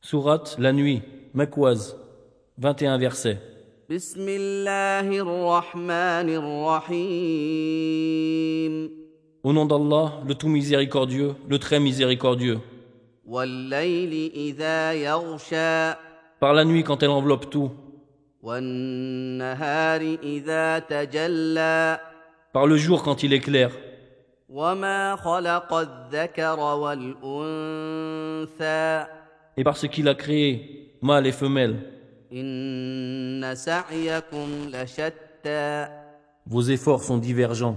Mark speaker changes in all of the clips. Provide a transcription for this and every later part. Speaker 1: Sourate La Nuit, Makwaz, 21 versets.
Speaker 2: بسم الله الرحمن الرحيم
Speaker 1: Au nom d'Allah, le tout miséricordieux, le très miséricordieux.
Speaker 2: والليل إذا يغشى
Speaker 1: Par la nuit quand elle enveloppe tout,
Speaker 2: والنهار إذا تجلى
Speaker 1: par le jour quand il éclaire,
Speaker 2: وما خلق الذكر والأنثى
Speaker 1: et par ce qu'il a créé, mâle et femelle.
Speaker 2: إن سعيكم لشتى
Speaker 1: Vos efforts sont divergents.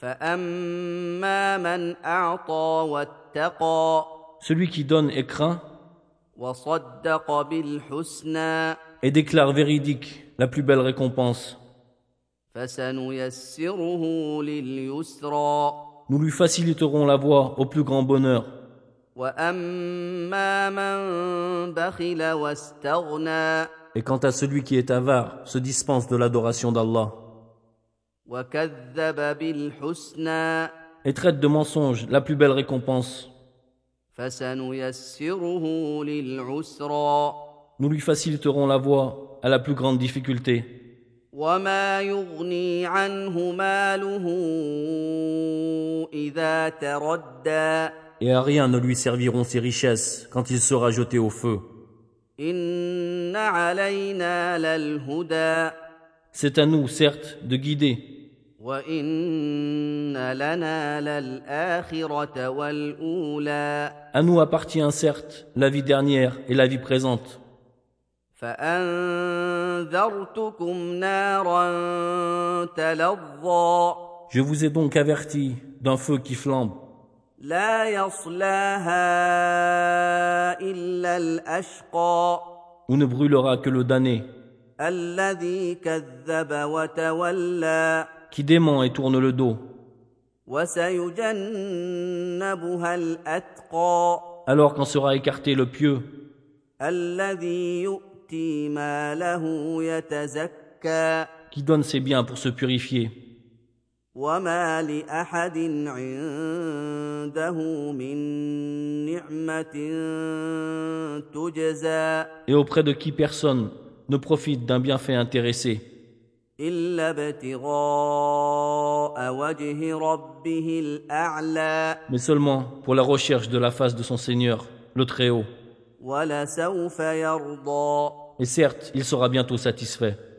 Speaker 2: فأما من أعطى واتقى
Speaker 1: Celui qui donne et craint,
Speaker 2: وصدق بالحسنى
Speaker 1: et déclare véridique la plus belle récompense.
Speaker 2: فسنيسره لليسرى
Speaker 1: Nous lui faciliterons la voie au plus grand bonheur.
Speaker 2: واما من بخل واستغنى
Speaker 1: Et quant à celui qui est avare, se dispense de l'adoration d'Allah,
Speaker 2: وكذب بالحسنى
Speaker 1: et traite de mensonge la plus belle récompense.
Speaker 2: فسنيسره للعسرى
Speaker 1: Nous lui faciliterons la voie à la plus grande difficulté.
Speaker 2: وما يغني عنه ماله اذا تردى
Speaker 1: Et à rien ne lui serviront ses richesses quand il sera jeté au feu.
Speaker 2: ان علينا للهدى
Speaker 1: C'est à nous, certes, de guider,
Speaker 2: وان لنا للاخره والاولى
Speaker 1: à nous appartient, certes, la vie dernière et la vie présente.
Speaker 2: فأنذرتكم نارا تلظى
Speaker 1: Je vous ai donc averti d'un feu qui flambe,
Speaker 2: لا يصلاها إلا الأشقى
Speaker 1: où ne brûlera que le damné,
Speaker 2: الذي كذب وتولى
Speaker 1: qui dément et tourne le dos,
Speaker 2: وسيجنبها الأتقى
Speaker 1: alors qu'en sera écarté le pieux,
Speaker 2: الذي يؤتي ماله يتزكى
Speaker 1: qui donne ses biens pour se purifier,
Speaker 2: وما لأحد عنده من نعمة تجزى
Speaker 1: et auprès de qui personne ne profite d'un bienfait intéressé,
Speaker 2: إلا ابتغاء وجه ربه الأعلى
Speaker 1: mais seulement pour la recherche de la face de son Seigneur, le Très-Haut.
Speaker 2: ولسوف يرضى
Speaker 1: Et certes, il sera bientôt satisfait.